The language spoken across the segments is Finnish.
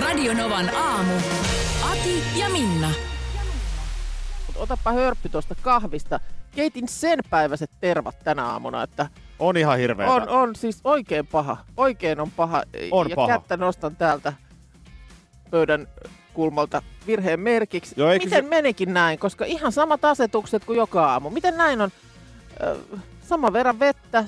Radionovan aamu. Ati ja Minna. Mut otapa hörppy tuosta kahvista. Keitin sen päiväiset tervat tänä aamuna, että On ihan hirveä. on, on siis oikein paha. Oikein on paha. On ja paha. kättä nostan täältä pöydän kulmalta virheen merkiksi. Joo, eikö Miten se- menikin näin? Koska ihan samat asetukset kuin joka aamu. Miten näin on? Ö, sama verran vettä,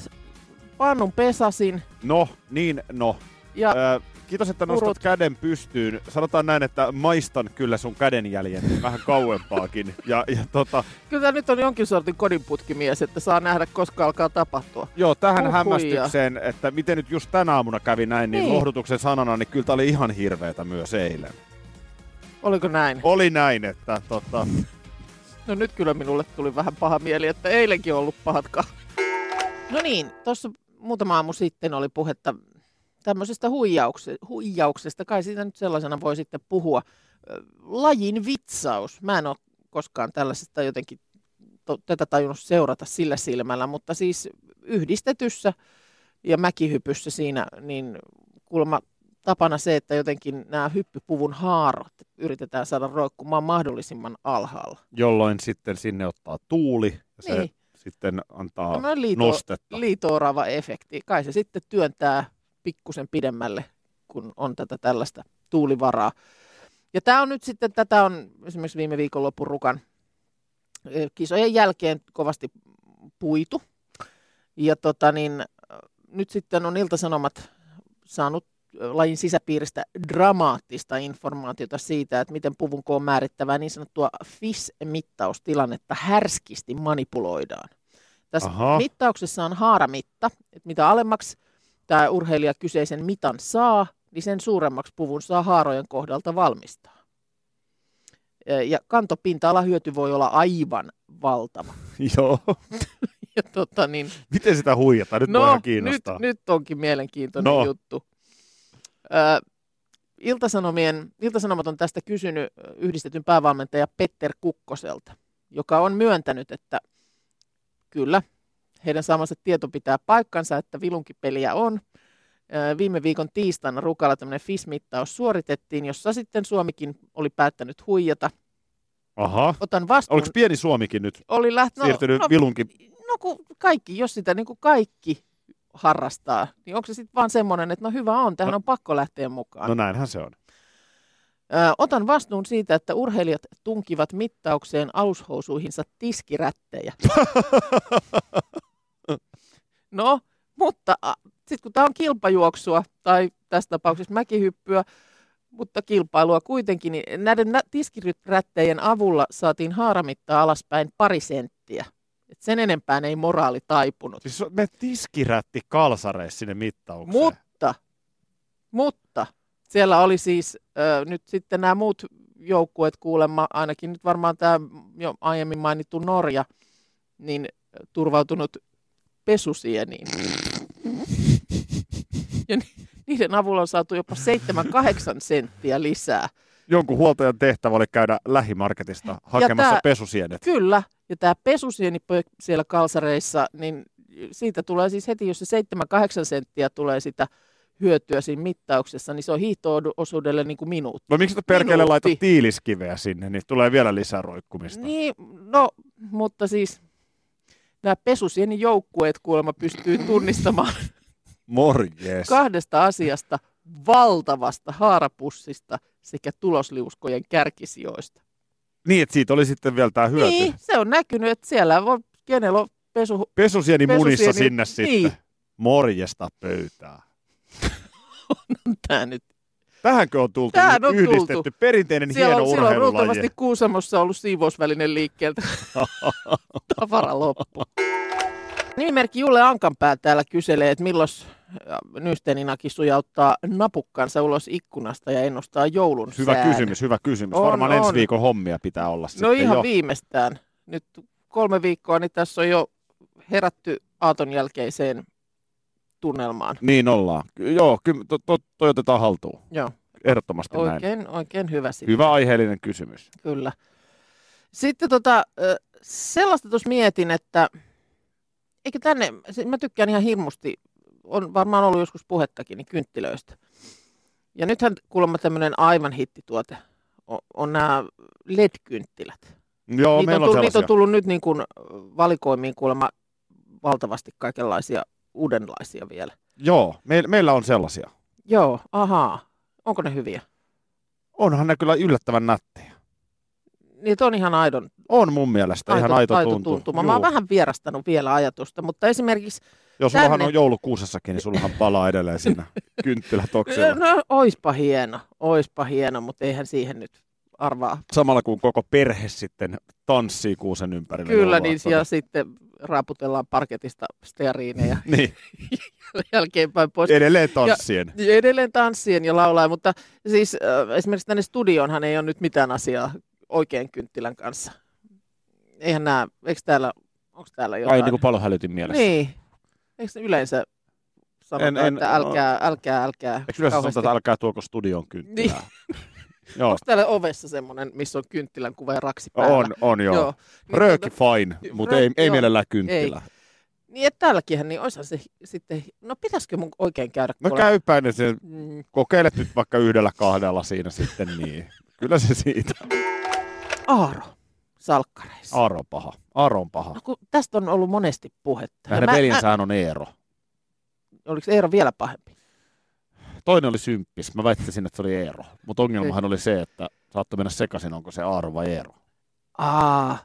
pannun pesasin No, niin no. ja Öö, kiitos, että nostat Purut. käden pystyyn. Sanotaan näin, että maistan kyllä sun kädenjäljen vähän kauempaakin. Ja, ja tota, kyllä tää nyt on jonkin sortin kodinputkimies, että saa nähdä, koska alkaa tapahtua. joo, tähän Huhhuja. hämmästykseen, että miten nyt just tänä aamuna kävi näin, niin, Niin. lohdutuksen sanana, niin kyllä tää oli ihan hirveetä myös eilen. Oliko näin? Oli näin, että tota, No nyt kyllä minulle tuli vähän paha mieli, että eilenkin on ollut pahat kahvit. No niin, tuossa muutama aamu sitten oli puhetta tämmöisestä huijaukse, huijauksesta. Kai siitä nyt sellaisena voi sitten puhua. Ö, Lajin vitsaus. Mä en ole koskaan tällaisesta jotenkin to, tätä tajunnut seurata sillä silmällä, mutta siis yhdistetyssä ja mäkihypyssä siinä, niin kuulemma tapana se, että jotenkin nämä hyppypuvun haarat yritetään saada roikkumaan mahdollisimman alhaalla. jolloin sitten sinne ottaa tuuli ja se Niin. sitten antaa Tämmönen liito- nostetta. liitoorava efekti. Kai se sitten työntää pikkusen pidemmälle, kun on tätä tällaista tuulivaraa. Ja tämä on nyt sitten, tätä on esimerkiksi viime viikonlopun rukan ö, kisojen jälkeen kovasti puitu. Ja tota niin, ö, nyt sitten on Iltasanomat saanut ö, lajin sisäpiiristä dramaattista informaatiota siitä, että miten puvun koon määrittävää niin sanottua FIS-mittaustilannetta härskisti manipuloidaan. Tässä Aha. mittauksessa on haaramitta, että mitä alemmaksi tämä urheilija kyseisen mitan saa, niin sen suuremmaksi puvun saa haarojen kohdalta valmistaa. Ö, Ja kantopinta-ala hyöty voi olla aivan valtava. Joo. Ja tota niin, Miten sitä huijataan? Nyt no, no, vähän kiinnostaa. Nyt, nyt onkin mielenkiintoinen No. no. juttu. Ö, Iltasanomien, Iltasanomat on tästä kysynyt ö, yhdistetyn päävalmentaja Petter Kukkoselta, joka on myöntänyt, että kyllä, heidän saamansa tieto pitää paikkansa, että vilunkipeliä on. Ö, Viime viikon tiistaina Rukalla tämmöinen FIS-mittaus suoritettiin, jossa sitten Suomikin oli päättänyt huijata. Aha. Otan vastuun. Oliko pieni Suomikin nyt oli läht... no, siirtynyt no, vilunkin no kun kaikki, jos sitä niin kuin kaikki harrastaa, niin onko se sitten vaan semmoinen, että no hyvä on, tähän No- on pakko lähteä mukaan. No näinhän se on. Ö, otan vastuun siitä, että urheilijat tunkivat mittaukseen alushousuihinsa tiskirättejä. no, mutta sitten kun tämä on kilpajuoksua, tai tässä tapauksessa mäkihyppyä, mutta kilpailua kuitenkin, niin näiden nä- tiskirättejän avulla saatiin haaramittaa alaspäin pari senttiä. Et sen enempään ei moraali taipunut. Siis me tiskirätti kalsareissa sinne mittaukseen. Mutta, mutta siellä oli siis ö, nyt sitten nämä muut joukkueet kuulemma, ainakin nyt varmaan tämä jo aiemmin mainittu Norja, niin turvautunut pesusieniin. Ja ni- niiden avulla on saatu jopa 7-8 senttiä lisää. Jonkun huoltajan tehtävä oli käydä lähimarketista hakemassa tää- pesusienet. Kyllä, ja tämä pesusieni pö- siellä kalsareissa, niin siitä tulee siis heti, jos se 7-8 senttiä tulee sitä hyötyä siinä mittauksessa, niin se on hiihtoosuudelle niin kuin minuutti. No miksi te perkele Minuutti. laita tiiliskiveä sinne, niin tulee vielä lisää roikkumista. Niin, no, mutta siis nämä pesusieni joukkueet kuulemma pystyy tunnistamaan Morjes. kahdesta asiasta valtavasta haarapussista sekä tulosliuskojen kärkisijoista. Niin, että siitä oli sitten vielä tämä hyöty. Niin, se on näkynyt, että siellä on, kenellä on pesu, Pesusieni, munissa Pesusieni- sinne Niin. sitten. Morjesta pöytää. tämä nyt Tähänkö on tultu Tähän nyt on tultu. yhdistetty perinteinen Siellä Niin hieno on, siellä on urheilulaji. luultavasti Kuusamossa ollut siivousvälinen liikkeeltä. Tavara loppu. Nimimerkki Julle Ankanpää täällä kyselee, että milloin Nysteeninaki sujauttaa napukkansa ulos ikkunasta ja ennustaa joulun Hyvä sään. kysymys, hyvä kysymys. On, Varmaan ensi on. viikon hommia pitää olla No sitten ihan jo. viimeistään. Nyt kolme viikkoa, niin tässä on jo herätty aaton jälkeiseen tunnelmaan. Niin ollaan. Ky- joo, kyllä to, to, toi otetaan haltuun. Joo, Ehdottomasti näin. oikein, oikein hyvä sitten. Hyvä aiheellinen kysymys. Kyllä. Sitten tota, ö, sellaista tuossa mietin, että eikö tänne, se- mä tykkään ihan hirmusti, on varmaan ollut joskus puhettakin, niin kynttilöistä. Ja nythän kuulemma tämmöinen aivan hittituote on, on nämä LED-kynttilät. Joo, niitä, on meillä tullut, on, niitä sellaisia. on tullut nyt niin kuin ö, valikoimiin kuulemma valtavasti kaikenlaisia uudenlaisia vielä. Joo, me, meillä on sellaisia. Joo, ahaa. Onko ne hyviä? Onhan ne kyllä yllättävän nättejä. Niitä on ihan aidon On mun mielestä ihan aito, tuntu. tuntuma. Mä oon Juu. vähän vierastanut vielä ajatusta, mutta esimerkiksi, Jos sullahan tänne. on joulukuusessakin, niin sullahan palaa edelleen siinä kynttilätoksella. no oispa hieno, oispa hieno, mutta eihän siihen nyt arvaa. Samalla kun koko perhe sitten tanssii kuusen ympärillä. Kyllä, joulua, niin tota. ja sitten raaputellaan parketista steariineja niin, jälkeenpäin pois. edelleen tanssien. Ja edelleen tanssien ja laulaa, mutta siis äh, esimerkiksi tänne studioonhan ei ole nyt mitään asiaa oikein kynttilän kanssa. Eihän nämä, eikö täällä, onko täällä jotain? Ai niin kuin palohälytin mielessä. niin. Eikö se yleensä sanotaan, En- en- että älkää, älkää, älkää. Eikö yleensä kauheasti Niin. sanota, että älkää tuoko studion kynttilää? joo, Onko täällä ovessa semmoinen, missä on kynttilän kuva ja raksi päällä? on, on joo. joo. Niin, Rööki tota, fine, mutta ei, Rööki, ei joo. mielellään kynttilää. niin että täälläkinhän, niin oishan se sitten, no pitäisikö mun oikein käydä No kuule- käypä ne sen, Mm. kokeilet nyt vaikka yhdellä kahdella siinä sitten niin. Kyllä se siitä. Aaro salkkareissa. Aro on paha. Aro on paha. No kun tästä on ollut monesti puhetta. Hänen veljensähän on Eero. oliko Eero vielä pahempi? Toinen oli symppis. Mä väittäisin, että se oli Eero. Mutta Niin. ongelmahan oli se, että saattoi mennä sekaisin, onko se Aaro vai Eero. Aa,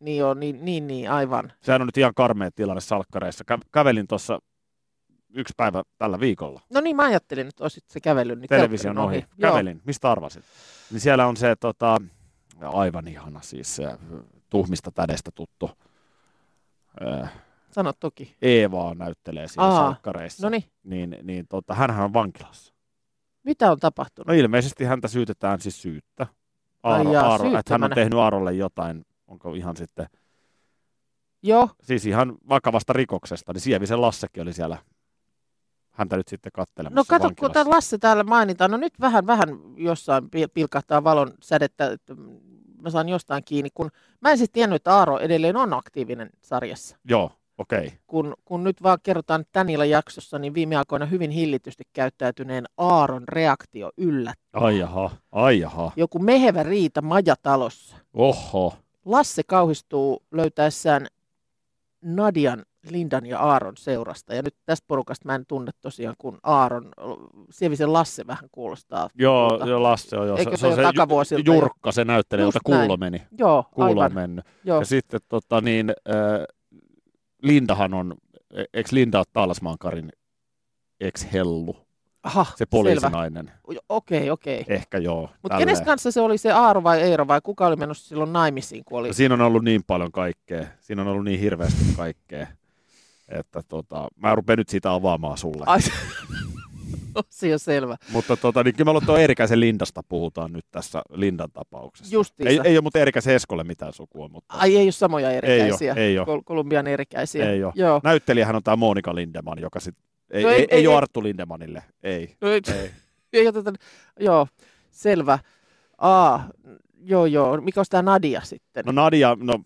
niin joo, niin, niin, niin aivan. Sehän on nyt ihan karmea tilanne salkkareissa. Kä- kävelin tuossa yksi päivä tällä viikolla No niin, mä ajattelin, että olisit se kävellyt. Niin television telkkarin ohi. Joo, Kävelin. Mistä arvasit? Niin siellä on se tota, aivan ihana siis se tuhmista tädestä tuttu. Äh, sano toki. Eevaa näyttelee siinä Aa, salkkareissa. No niin, niin, niin tota, hänhän on vankilassa. mitä on tapahtunut? No ilmeisesti häntä syytetään siis syyttä. Ai Aaro, jaa, Aaro, että hän on syyttömänä. tehnyt Aarolle jotain, onko ihan sitten, Joo, siis ihan vakavasta rikoksesta, niin Sievisen Lassekin oli siellä häntä nyt sitten kattelemassa No kato, kun vankilassa. tämä Lasse täällä mainitaan, no nyt vähän, vähän jossain pil- pilkahtaa valon sädettä, että mä saan jostain kiinni, kun mä en siis tiennyt, että Aaro edelleen on aktiivinen sarjassa. Joo, okei. Okay. Kun, kun nyt vaan kerrotaan että tän illan jaksossa, niin viime aikoina hyvin hillitysti käyttäytyneen Aaron reaktio yllätti. Ai jaha, ai jaha. Joku mehevä riita majatalossa. Oho. Lasse kauhistuu löytäessään Nadian, Lindan ja Aaron seurasta. Ja nyt tästä porukasta mä en tunne tosiaan, kun Aaron, Sievisen Lasse vähän kuulostaa. Joo, tutulta. joo Lasse on jo. Tuota, Eikö se ole takavuosilta ju- jo? Jurkka, se näyttelee, Just jolta kuulo näin. meni. Joo, Kuulo on aivan. mennyt. Joo. Ja sitten tota, niin, äh, Lindahan on, e- eikö Linda ole Taalasmaankarin ex-hellu? Aha, Se selvä. poliisinainen. O- Okei, okei. Ehkä joo. Mutta tälleen. kenes kanssa se oli se Aaro vai Eero vai kuka oli menossa silloin naimisiin, kun oli? Siinä on ollut niin paljon kaikkea. Siinä on ollut niin hirveästi kaikkea. Että tota, mä rupean nyt sitä avaamaan sulle. Ai, se- se on jo selvä. Mutta tota, niin kyllä mä luulen, että tuo Eerikäisen Lindasta puhutaan nyt tässä Lindan tapauksessa. Justiinsa. Ei, ei ole muuten Eerikäisen Eskolle mitään sukua, mutta Ai ei ole samoja erikäisiä. oo, ei oo. Kol- Kolumbian erikäisiä. Ei oo. Joo. näyttelijähän on tämä Monika Lindeman, joka sit, ei, No ei, ei- ei, ei- ole ei- Arttu Lindemanille, ei. No, ei, ei. ei oteta, joo, selvä. Aa, joo joo. Mikä on tämä Nadia sitten? No No. Nadia, no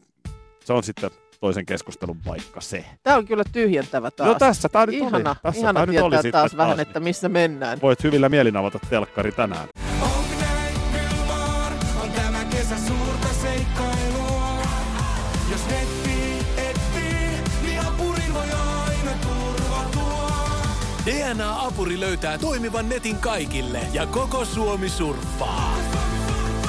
se on sitten toisen keskustelun paikka se. Tämä on kyllä tyhjentävä taas. No tässä tämä nyt ihana, oli. Tässä ihana tää nyt oli tietää sitten taas vähän, taas, että missä mennään. niin Voit hyvillä mielin avata telkkari tänään. On tämä kesä suurta seikkailua. Jos netti etsii, niin apurin voi aina turvautua. DNA-apuri löytää toimivan netin kaikille ja koko Suomi surffaa.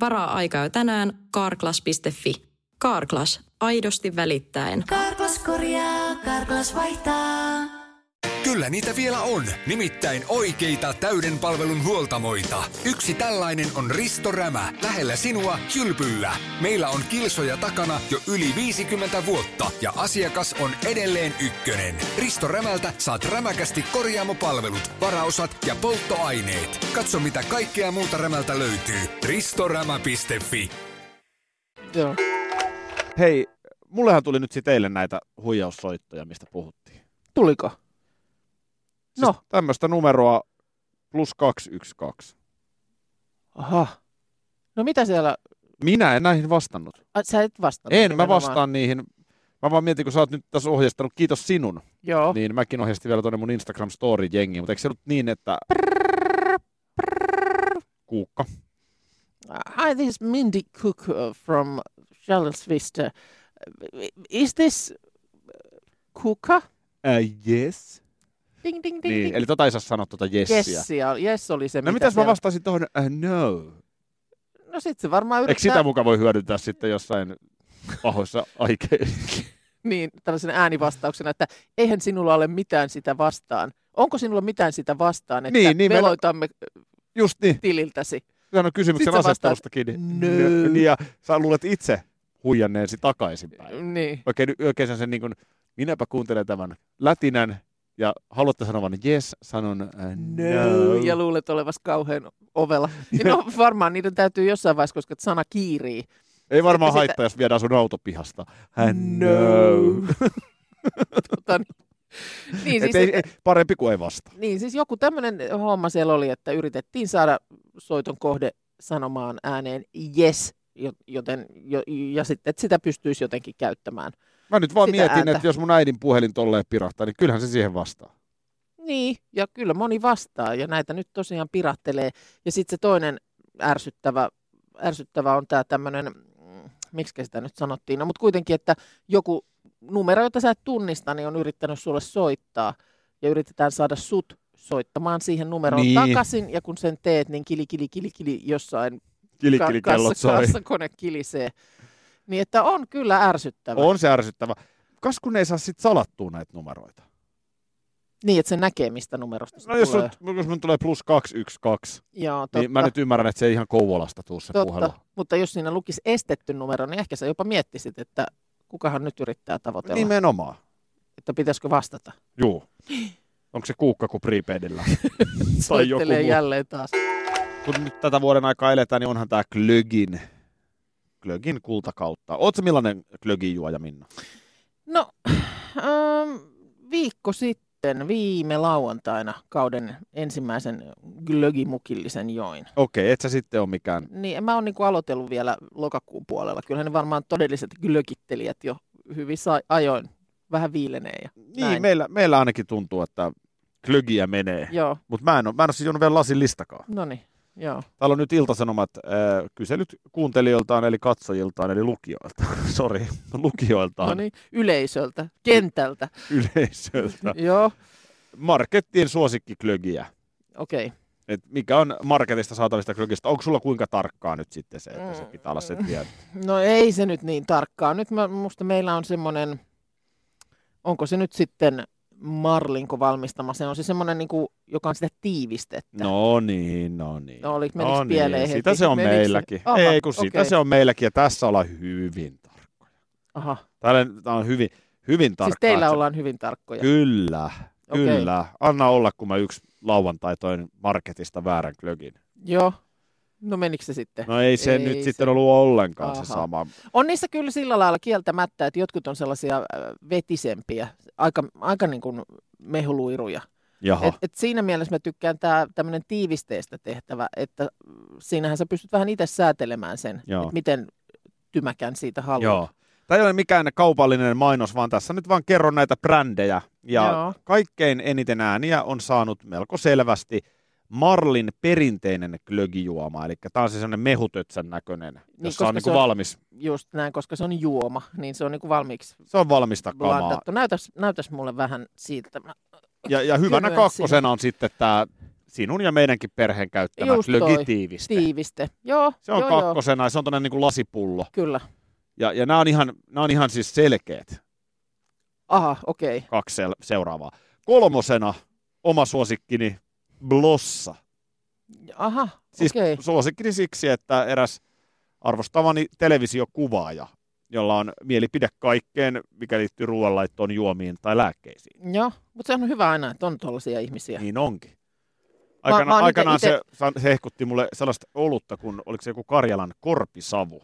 Varaa aikaa jo tänään carclass.fi. Carclass, aidosti välittäen. Karklas korjaa, Karklas vaihtaa. Kyllä niitä vielä on, nimittäin oikeita täyden palvelun huoltamoita. Yksi tällainen on Risto Rämä, lähellä sinua kylpyllä. Meillä on kilsoja takana jo yli 50 vuotta ja asiakas on edelleen ykkönen. Risto Rämältä saat rämäkästi korjaamopalvelut, varaosat ja polttoaineet. Katso mitä kaikkea muuta Rämältä löytyy. ristorämä.fi Joo. Hei, mullehan tuli nyt sit eilen näitä huijaussoittoja, mistä puhuttiin. Tuliko? Siis No. Tämmöistä numeroa plus 212. Aha. No mitä siellä? Minä en näihin vastannut. A, sä et vastannut. En, mä nimenomaan. vastaan niihin. Mä vaan mietin, kun sä oot nyt tässä ohjeistanut, kiitos sinun, Joo. niin mäkin ohjastin vielä tuonne mun instagram story jengiin mutta eikö se ollut niin, että... Kuukka. Hi, this is Mindy Cook uh, from Charles Vista. Is this uh, Kuka? Uh, yes. Ding, ding, ding, Niin, ding. eli tota ei saa sanoa tuota jessiä. Jessia. Yes oli se, No mitäs mä siellä- vastasin tuohon uh, no? No sit se varmaan Eikö yrittää sitä muka voi hyödyntää sitten jossain pahoissa aikeissa? niin, tällaisena äänivastauksena, että eihän sinulla ole mitään sitä vastaan. Onko sinulla mitään sitä vastaan, että Niin, niin, meillä- veloitamme Just niin, tililtäsi? sehän on kysymyksen Sit sä vastaat, asettelusta kiinni. "No." Niin, ja sä luulet itse huijanneesi takaisinpäin. Niin. oikein, oikein sen niin kuin, minäpä kuuntelen tämän lätinän ja haluatte sanoa vain yes, sanon äh, no. Ja luulet olevas kauhean ovella. Niin no varmaan niiden täytyy jossain vaiheessa, koska sana kiirii. Ei varmaan Että sitä- haittaa, jos viedään sun autopihasta. Äh, no. tota, niin, niin, Et siis, ei, ei, parempi kuin ei vastaa. niin siis joku tämmöinen homma siellä oli, että yritettiin saada soiton kohde sanomaan ääneen yes, jo- joten, jo, ja sitten että sitä pystyisi jotenkin käyttämään. Mä nyt vaan Sitä mietin, ääntä. että jos mun äidin puhelin tolleen pirahtaa, niin kyllähän se siihen vastaa. Niin, ja kyllä moni vastaa, ja näitä nyt tosiaan pirattelee. Ja sitten se toinen ärsyttävä, ärsyttävä on tämä tämmöinen, miksi sitä nyt sanottiin, no mutta kuitenkin, että joku numero, jota sä et tunnista, niin on yrittänyt sulle soittaa, ja yritetään saada sut soittamaan siihen numeroon Niin. niin. takaisin, ja kun sen teet, niin kili, kili, kili, kili jossain Kili, ka- kili, kellot kassa- soi. kassakone kilisee. Niin että on kyllä ärsyttävä. On se ärsyttävä. Kas kun ei saa sit salattua näitä numeroita. Niin, että se näkee, mistä numerosta se No jos, tulee. on, jos mun tulee plus 212, Joo, totta. niin mä nyt ymmärrän, että se ei ihan Kouvolasta tuu se Totta, puhelu. mutta jos siinä lukisi estetty numero, niin ehkä sä jopa miettisit, että kukahan nyt yrittää tavoitella, Niin Nime- Nimenomaan. että pitäisikö vastata. Juu. Onko se kuukka kuin prepaidillä? tai joku Soittelee muu. jälleen taas. Kun nyt tätä vuoden aikaa eletään, niin onhan tämä klögin. Klögin kultakautta. Oletko millainen klögin juoja, Minna? No, ähm, viikko sitten, viime lauantaina, kauden ensimmäisen glögimukillisen join. Okei, et sä sitten ole mikään. Niin, en mä oon niinku aloitellut vielä lokakuun puolella. Kyllähän ne varmaan todelliset glögittelijät jo hyvissä ajoin vähän viilenee. Ja Niin, näin. meillä, meillä ainakin tuntuu, että klögiä menee. Joo, Mutta mä en ole, mä en ole siis juonut vielä lasin listakaan. no niin, joo. Täällä on nyt iltasanomat äh, kyselyt kuuntelijoiltaan, eli katsojiltaan, eli lukijoilta. Sori, lukijoiltaan, No niin, yleisöltä, kentältä. yleisöltä. joo, Markettien suosikkiklögiä. okei. Et mikä on marketista saatavista klögistä? Onko sulla kuinka tarkkaa nyt sitten se, että Mm. se pitää olla se tieto? No ei se nyt niin tarkkaa. Nyt mä, musta meillä on semmoinen, onko se nyt sitten Marlinko valmistama, se on se semmoinen, niin kuin, joka on sitä tiivistettä. No niin, no niin. No, oliko- meniks no pieleen niin. heti? Sitä se on Meniks se- meilläkin. Aha, Ei kun sitä okei. se on meilläkin ja tässä ollaan hyvin tarkka. Aha. Täällä tää on hyvin, hyvin tarkka. Siis teillä että- ollaan hyvin tarkkoja. Kyllä, Okei. kyllä. Anna olla, kun mä yksi lauantai toin marketista väärän klögin. Joo. No menikö se sitten? No ei se Ei ei nyt se- sitten ollut ollenkaan se Aha. sama. On niissä kyllä sillä lailla kieltämättä, että jotkut on sellaisia äh, vetisempiä, aika, aika niin kuin mehuluiruja. Jaha. Et, et siinä mielessä mä tykkään tämä tämmöinen tiivisteestä tehtävä, että mm, siinähän sä pystyt vähän itse säätelemään sen, Joo. että miten tymäkän siitä haluat. Joo. Tämä ei ole mikään kaupallinen mainos, vaan tässä nyt vaan kerron näitä brändejä. Ja Joo. kaikkein eniten ääniä on saanut melko selvästi Marlin perinteinen glögijuoma, eli tämä on siis sellainen mehutötsän näköinen, niin, jossa on koska niin se kuin on- valmis. Just näin, koska se on juoma, niin se on niinku valmiiksi Se on valmista kamaa. blandattu. Näytäs, näytäs mulle vähän siitä. Mä- Ja, ja hyvänä Kylmään kakkosena on sitten tämä sinun ja meidänkin perheen käyttämä Just toi. glögitiiviste. Tiiviste. Joo, Se on joo, joo. kakkosena ja se on tämmöinen niin lasipullo. Kyllä. Ja, ja nämä, on ihan, nämä on ihan siis selkeät Aha, okei. Okay. kaksi sel- seuraavaa. Kolmosena oma suosikkini Blossa. Aha, Siis okei. suosikkini siksi, että eräs arvostamani televisiokuvaaja, jolla on mielipide kaikkeen, mikä liittyy ruoanlaittoon, juomiin tai lääkkeisiin. Joo, mutta se on hyvä aina, että on tuollaisia ihmisiä. Niin onkin. Mä- Aikana, mä oon aikanaan ite- se, se hehkutti mulle sellaista olutta, kun oliko se joku Karjalan korpisavu.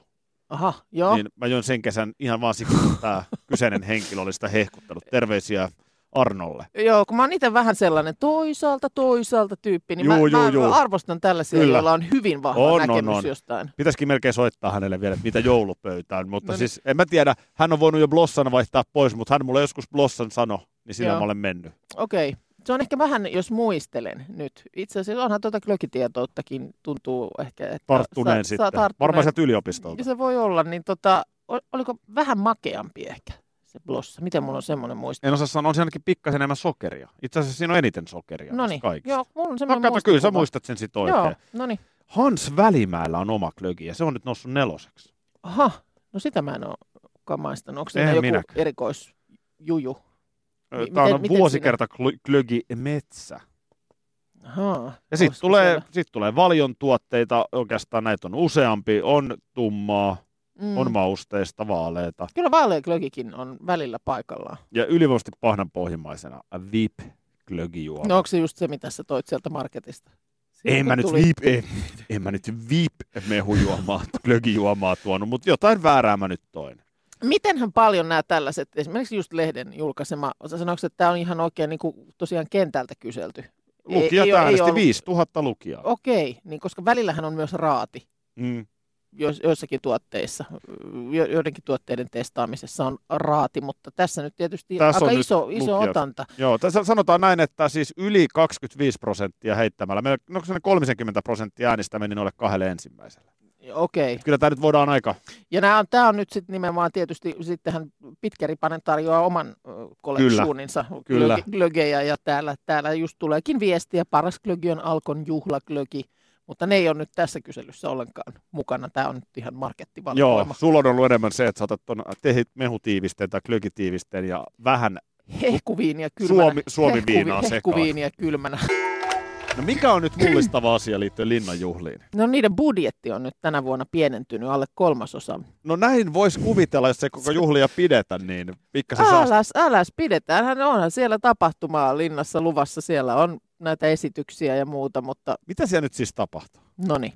Aha, joo. Niin mä join sen kesän ihan vaan siksi, että tämä kyseinen henkilö oli sitä hehkuttanut. Terveisiä Arnolle. Joo, kun mä oon itse vähän sellainen toisaalta, toisaalta tyyppi, niin Juu, mä, juu, mä juu. arvostan tällaisia, Kyllä. Kyllä. joilla on hyvin vahva On, on, näkemys on. jostain. Pitäisikin melkein soittaa hänelle vielä, että mitä joulupöytään, No mutta niin. siis en mä tiedä, hän on voinut jo Blossan vaihtaa pois, mutta hän mulle joskus Blossan sano, niin sillä Joo. mä olen mennyt. Okei. Se on ehkä vähän, jos muistelen nyt. Itse asiassa onhan tuota glökitietouttakin tuntuu ehkä, että... Tarttuneen saa- sitten. Saa tarttuneen. Varmaan sieltä yliopistolta. Se voi olla, niin tota, o- oliko vähän makeampi ehkä se blossa? Miten mulla on semmoinen muisti? En osaa sanoa, on siinä ainakin pikkasen enemmän sokeria. Itse asiassa siinä on eniten sokeria No Noniin. niin, kaikista. joo, mulla on No semmoinen kato, kyllä sä muistikuva. muistat sen sit oikein. Joo, no niin. Hans Välimäellä on oma klögi ja se on nyt noussut neloseksi. Aha, no sitä mä en ole maistanut. Onko En siinä joku minäkään. erikoisjuju? Ö, Mi- Tää miten- on miten vuosikerta kl- klögi metsä. Ahaa, Ja sitten olisiko tulee, siellä- sit tulee valjon tuotteita, oikeastaan näitä on useampi, on tummaa, Mm. on mausteista, vaaleita. Kyllä vaaleaklökikin on välillä paikallaan. Ja ylivoimaisesti pahnan pohjimmaisena VIP glögijuoma. No onko se just se, mitä sä toit sieltä marketista? en, mä nyt tuli- VIP, en, en mä nyt VIP mehujuomaa, glögijuomaa tuonut, mutta jotain väärää mä nyt toin. Mitenhän paljon nämä tällaiset, esimerkiksi just lehden julkaisema, sä sanoiko, että tämä on ihan oikein niin kuin, tosiaan kentältä kyselty? Lukijat ei ei, ole- ei äänesti ei ollut- 5000 lukijaa. Oh. Okei, niin koska välillähän on myös raati Mm. jois- joissakin tuotteissa, jo, joidenkin tuotteiden testaamisessa on raati, mutta tässä nyt tietysti Tässä on aika nyt iso, iso lukijat. otanta. Joo, tässä sanotaan näin, että siis yli 25 prosenttia heittämällä, meillä no, onko 30 prosenttia äänistä meni noille kahdelle ensimmäiselle. Okei. Et kyllä tämä nyt voidaan aika, Ja nämä on, tämä on nyt sitten nimenomaan tietysti, sittenhän Pitkä Ripanen tarjoaa oman kolleksiuninsa kyllä. glögejä ja täällä, täällä just tuleekin viestiä, paras glögi on Alkon juhlaglögi, mutta ne ei ole nyt tässä kyselyssä ollenkaan mukana. Tämä on nyt ihan joo, markettivalikoima. sulla on ollut enemmän se, että sä otat ton, tehit mehutiivisteen tai glögitiivisteen ja vähän Hehkuviiniä kylmänä. Suomi, Suomi viinaa Hehkuvi- sekaan. Hehkuviiniä kylmänä. No mikä on nyt mullistava asia liittyen linnanjuhliin? No niiden budjetti on nyt tänä vuonna pienentynyt alle kolmasosa. No näin voisi kuvitella, jos ei koko juhlia pidetä, niin pikkasen saa... Äläs, äläs, pidetäänhän, onhan siellä tapahtumaa linnassa luvassa, siellä on näitä esityksiä ja muuta, mutta Mitä siellä nyt siis tapahtuu? no niin.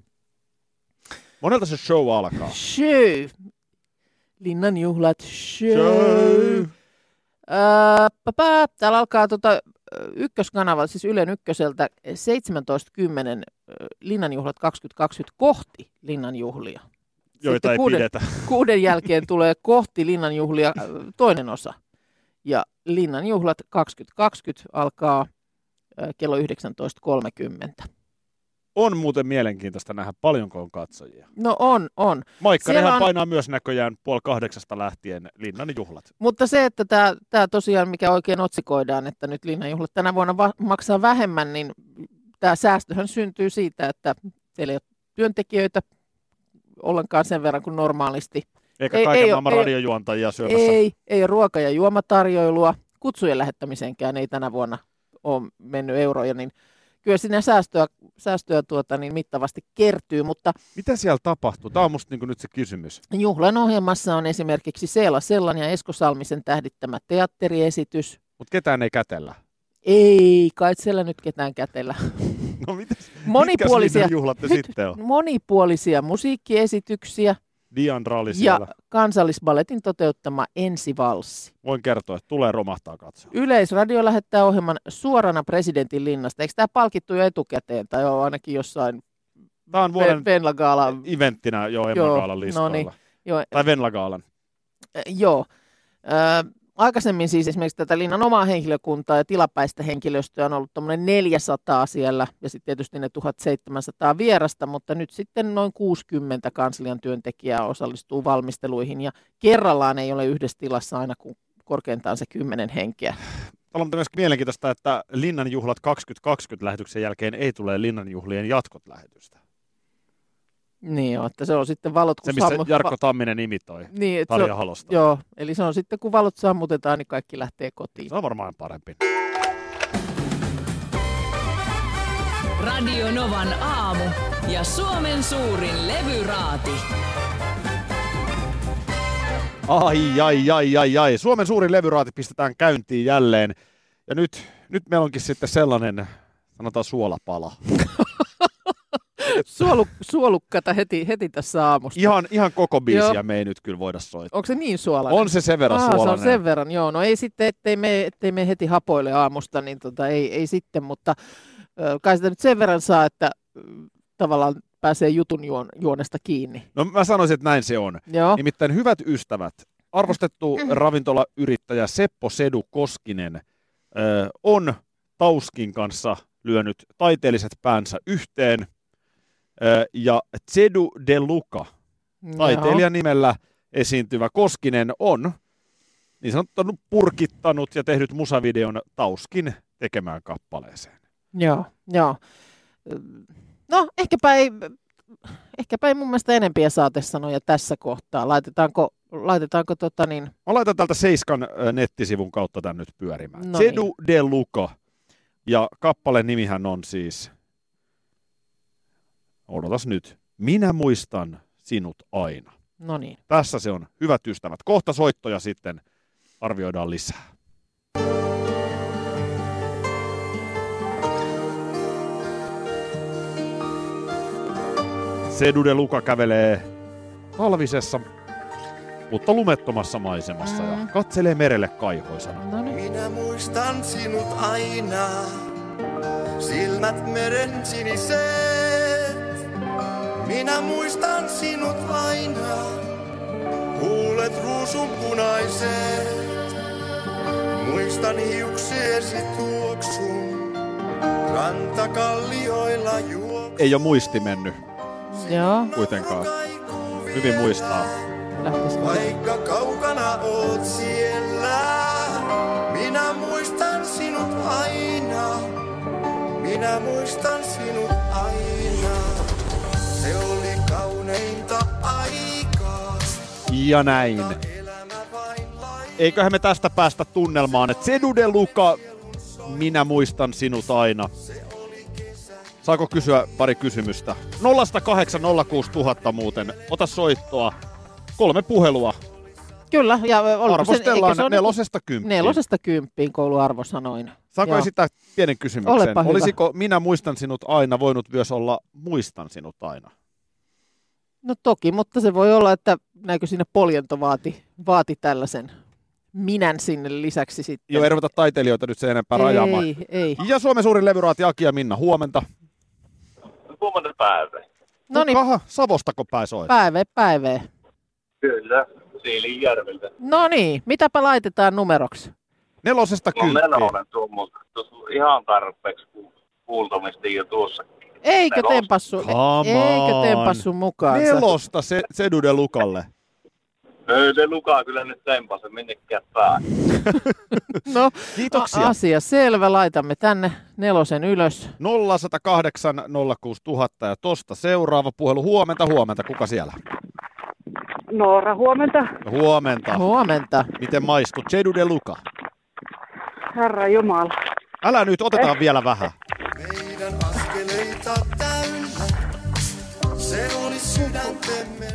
Monelta se show alkaa? Show. Linnan juhlat. Show. Ää, papaa. Täällä alkaa tota, ö, ykköskanava, siis Ylen ykköseltä 17.10 ö, Linnanjuhlat 2020 kohti Linnanjuhlia. Joita ei kuuden- pidetä. Kuuden jälkeen tulee kohti Linnanjuhlia ö, toinen osa. Ja Linnanjuhlat 2020 alkaa ö, kello 19.30. On muuten mielenkiintoista nähdä, paljonko on katsojia. No on, on. Maikkarinhan Siellä on... on- painaa myös näköjään puoli kahdeksasta lähtien linnan juhlat. Mutta se, että tämä, tämä tosiaan, mikä oikein otsikoidaan, että nyt linnanjuhlat tänä vuonna va- maksaa vähemmän, niin tämä säästöhän syntyy siitä, että teillä ei ole työntekijöitä ollenkaan sen verran kuin normaalisti. Eikä Ei- ei, kaiken ei oo- maailman ei- radiojuontajia syömässä. Ei, ei ole ruoka- ja juomatarjoilua, kutsujen lähettämiseenkään ei tänä vuonna ole mennyt euroja, niin kyllä siinä säästöä, säästöä tuota, niin mittavasti kertyy, mutta Mitä siellä tapahtuu? Tämä on musta niinku nyt se kysymys. juhlan ohjelmassa on esimerkiksi Seela Sellan ja Esko Salmisen tähdittämä teatteriesitys. Mutta ketään ei kätellä. Ei kai siellä nyt ketään kätellä. No mitäs, Monipuolisia- mitkäs juhlat te Nyt- sitten on? monipuolisia musiikkiesityksiä Diandra oli ja siellä. kansallisbaletin toteuttama ensivalssi. Voin kertoa, että tulee romahtaa katsoa. Yleisradio lähettää ohjelman suorana presidentin linnasta. Eikö tämä palkittu jo etukäteen tai on ainakin jossain Tämä on vuoden äh, Venlagaala? eventtinä jo Joo, Emma Gaalan no listoilla. niin. Joo, Tai Venla Gaalan. äh, joo. Äh, aikaisemmin siis esimerkiksi tätä linnan omaa henkilökuntaa ja tilapäistä henkilöstöä on ollut tuommoinen 400 siellä ja sitten tietysti ne 1700 vierasta, mutta nyt sitten noin 60 kanslian työntekijää osallistuu valmisteluihin ja kerrallaan ei ole yhdessä tilassa aina kuin korkeintaan se 10 henkeä. Täällä on myöskin mielenkiintoista, että Linnanjuhlat 2020 lähetyksen jälkeen ei tule Linnanjuhlien jatkot lähetystä. Niin joo, että se on sitten valot, kun Se, missä sammu- Jarkko va- Tamminen imitoi niin, että se Tarja on, Halosta. Joo, eli se on sitten kun valot sammutetaan, niin kaikki lähtee kotiin. Se on varmaan parempi. Radio Novan aamu ja Suomen suurin levyraati. Ai, ai, ai, ai, ai. Suomen suurin levyraati pistetään käyntiin jälleen. Ja nyt, nyt meillä onkin sitten sellainen, sanotaan suolapala. Suolu, suolukkata heti, heti tässä aamusta. Ihan, ihan koko biisiä Joo. me ei nyt kyllä voida soittaa. Onko se niin suolainen? On se sen verran Aa, suolainen. Se on sen verran, joo. No ei sitten, ettei me, ettei me heti hapoille aamusta, niin tota, ei, ei sitten, mutta ö, kai sitä nyt sen verran saa, että ö, tavallaan pääsee jutun juon, juonesta kiinni. No mä sanoisin, että näin se on. Joo. Nimittäin hyvät ystävät, arvostettu ravintolayrittäjä Seppo Sedu Koskinen ö, on Tauskin kanssa lyönyt taiteelliset päänsä yhteen. Ö, ja Sedu De Luca, Niin, taiteilijan nimellä esiintyvä Koskinen, on niin sanottu purkittanut ja tehnyt musavideon Tauskin tekemään kappaleeseen. Joo, joo. Ö, No ehkäpä ei, ehkäpä ei mun mielestä enempiä saatesanoja tässä kohtaa. Laitetaanko, laitetaanko tota niin, Mä laitan täältä Seiskan ö, nettisivun kautta tän nyt pyörimään. No No niin. Sedu de Luca. Ja kappaleen nimihän on siis... Odotas nyt. Minä muistan sinut aina. no niin. Tässä se on. Hyvät ystävät. Kohta soittoja sitten arvioidaan lisää. Sedu de Luca kävelee talvisessa, mutta lumettomassa maisemassa ja katselee merelle kaihoisana. No niin, Minä muistan sinut aina, silmät meren siniset. Minä muistan sinut aina, huulet ruusun punaiset. Muistan hiuksiesi tuoksun, rantakallioilla juo. Ei ole muisti mennyt Joo. kuitenkaan. Hyvin muistaa. Vaikka kaukana oot siellä, minä muistan sinut aina. Minä muistan sinut aina. Se oli kauneinta aikaa. Ja näin. Eiköhän me tästä päästä tunnelmaan, että Sedu de Luca, minä muistan sinut aina. Saako kysyä pari kysymystä? 0806000 muuten. Ota soittoa. Kolme puhelua. Kyllä, ja oliko Arvostellaan eikö se ole nelosesta niinku- kymppiin. Nelosesta kymppiin kouluarvosanoina. Saanko Joo. esittää pienen kysymyksen? Olepa hyvä. Olisiko minä muistan sinut aina voinut myös olla muistan sinut aina? No toki, mutta se voi olla, että näkö siinä poljento vaati, vaati tällaisen minän sinne lisäksi sitten. Joo, ei ruveta taiteilijoita nyt sen enempää rajaamaan. Ei, ei. Ja Suomen suurin levyraati Aki ja Minna, huomenta. Huomenta päivä. No niin, Kaha, Savostako pääsoit? päivä, päivä. Kyllä, Siilinjärveltä. No niin, mitäpä laitetaan numeroksi? Nelosesta Mä nelonen tuon, mutta tuossa on ihan tarpeeksi ku- kuultamista jo tuossa. Eikö Nelos. tempassu, Come eikö on. tempassu mukaan? Nelosta se, Sedu de Lukalle. Ei Öö, se Lukaa kyllä nyt tempase minnekään päin. No, Kiitoksia. a- asia selvä, laitamme tänne nelosen ylös. 0108 06000 ja tosta seuraava puhelu. Huomenta, huomenta. Kuka siellä? Noora, huomenta. Huomenta. Huomenta. Miten maistuu? Sedu de Luca. Herra Jumala. Eh. Älä nyt, otetaan vielä vähän. Meidän askeleita täynnä. Se oli sydäntemme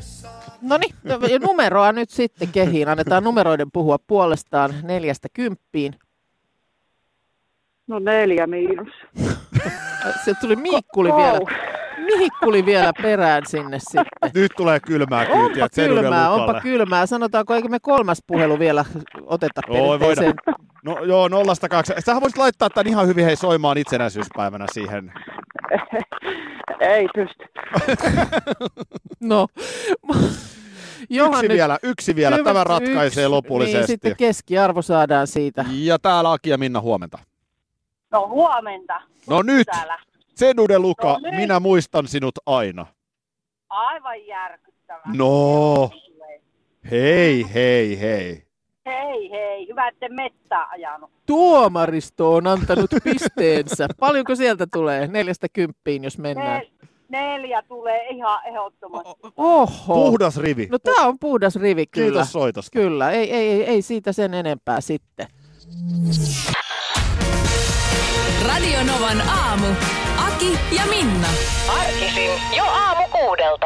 No niin, numeroa nyt sitten kehiin. Annetaan numeroiden puhua puolestaan neljästä kymppiin. No neljä miinus. Se tuli Miikkuli vielä. Miikkuli vielä perään sinne sitten. Nyt tulee kylmää kyytiä Onpa Sedu de kylmää, Lucalle. onpa kylmää. Sanotaanko, eikö me kolmas puhelu vielä oteta Oi, perinteiseen? voidaan. No joo, 08000. Sähän voisit laittaa tämän ihan hyvin hei soimaan itsenäisyyspäivänä siihen. Ei pysty. No, Johan yksi nyt- vielä, yksi vielä. Hyvä, Tämä ratkaisee yksi. lopullisesti. Niin, sitten keskiarvo saadaan siitä. Ja täällä Aki ja Minna huomenta. No huomenta. No nyt, Täällä. Sedude Luka, No nyt. minä muistan sinut aina. Aivan järkyttävää. No, hei, hei, hei. Hei, hei. Hyvä, ette mettää ajanut. Tuomaristo on antanut pisteensä. Paljonko sieltä tulee? Neljästä kymppiin, jos mennään. Nel- neljä tulee ihan ehdottomasti. Oho. Puhdas rivi. No tämä on puhdas rivi kyllä. Kiitos soitosta. Kyllä, ei, ei, ei, ei siitä sen enempää sitten. Radio Novan aamu. Aki ja Minna. Arkisin jo aamu kuudelta.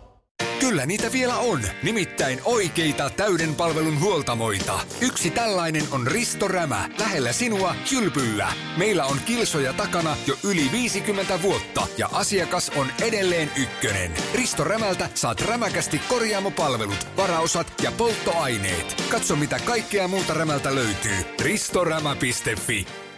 Kyllä niitä vielä on, nimittäin oikeita täyden palvelun huoltamoita. Yksi tällainen on Risto Rämä, lähellä sinua, kylpyllä. Meillä on kilsoja takana jo yli 50 vuotta ja asiakas on edelleen ykkönen. Risto Rämältä saat rämäkästi korjaamopalvelut, varaosat ja polttoaineet. Katso mitä kaikkea muuta Rämältä löytyy. ristorämä.fi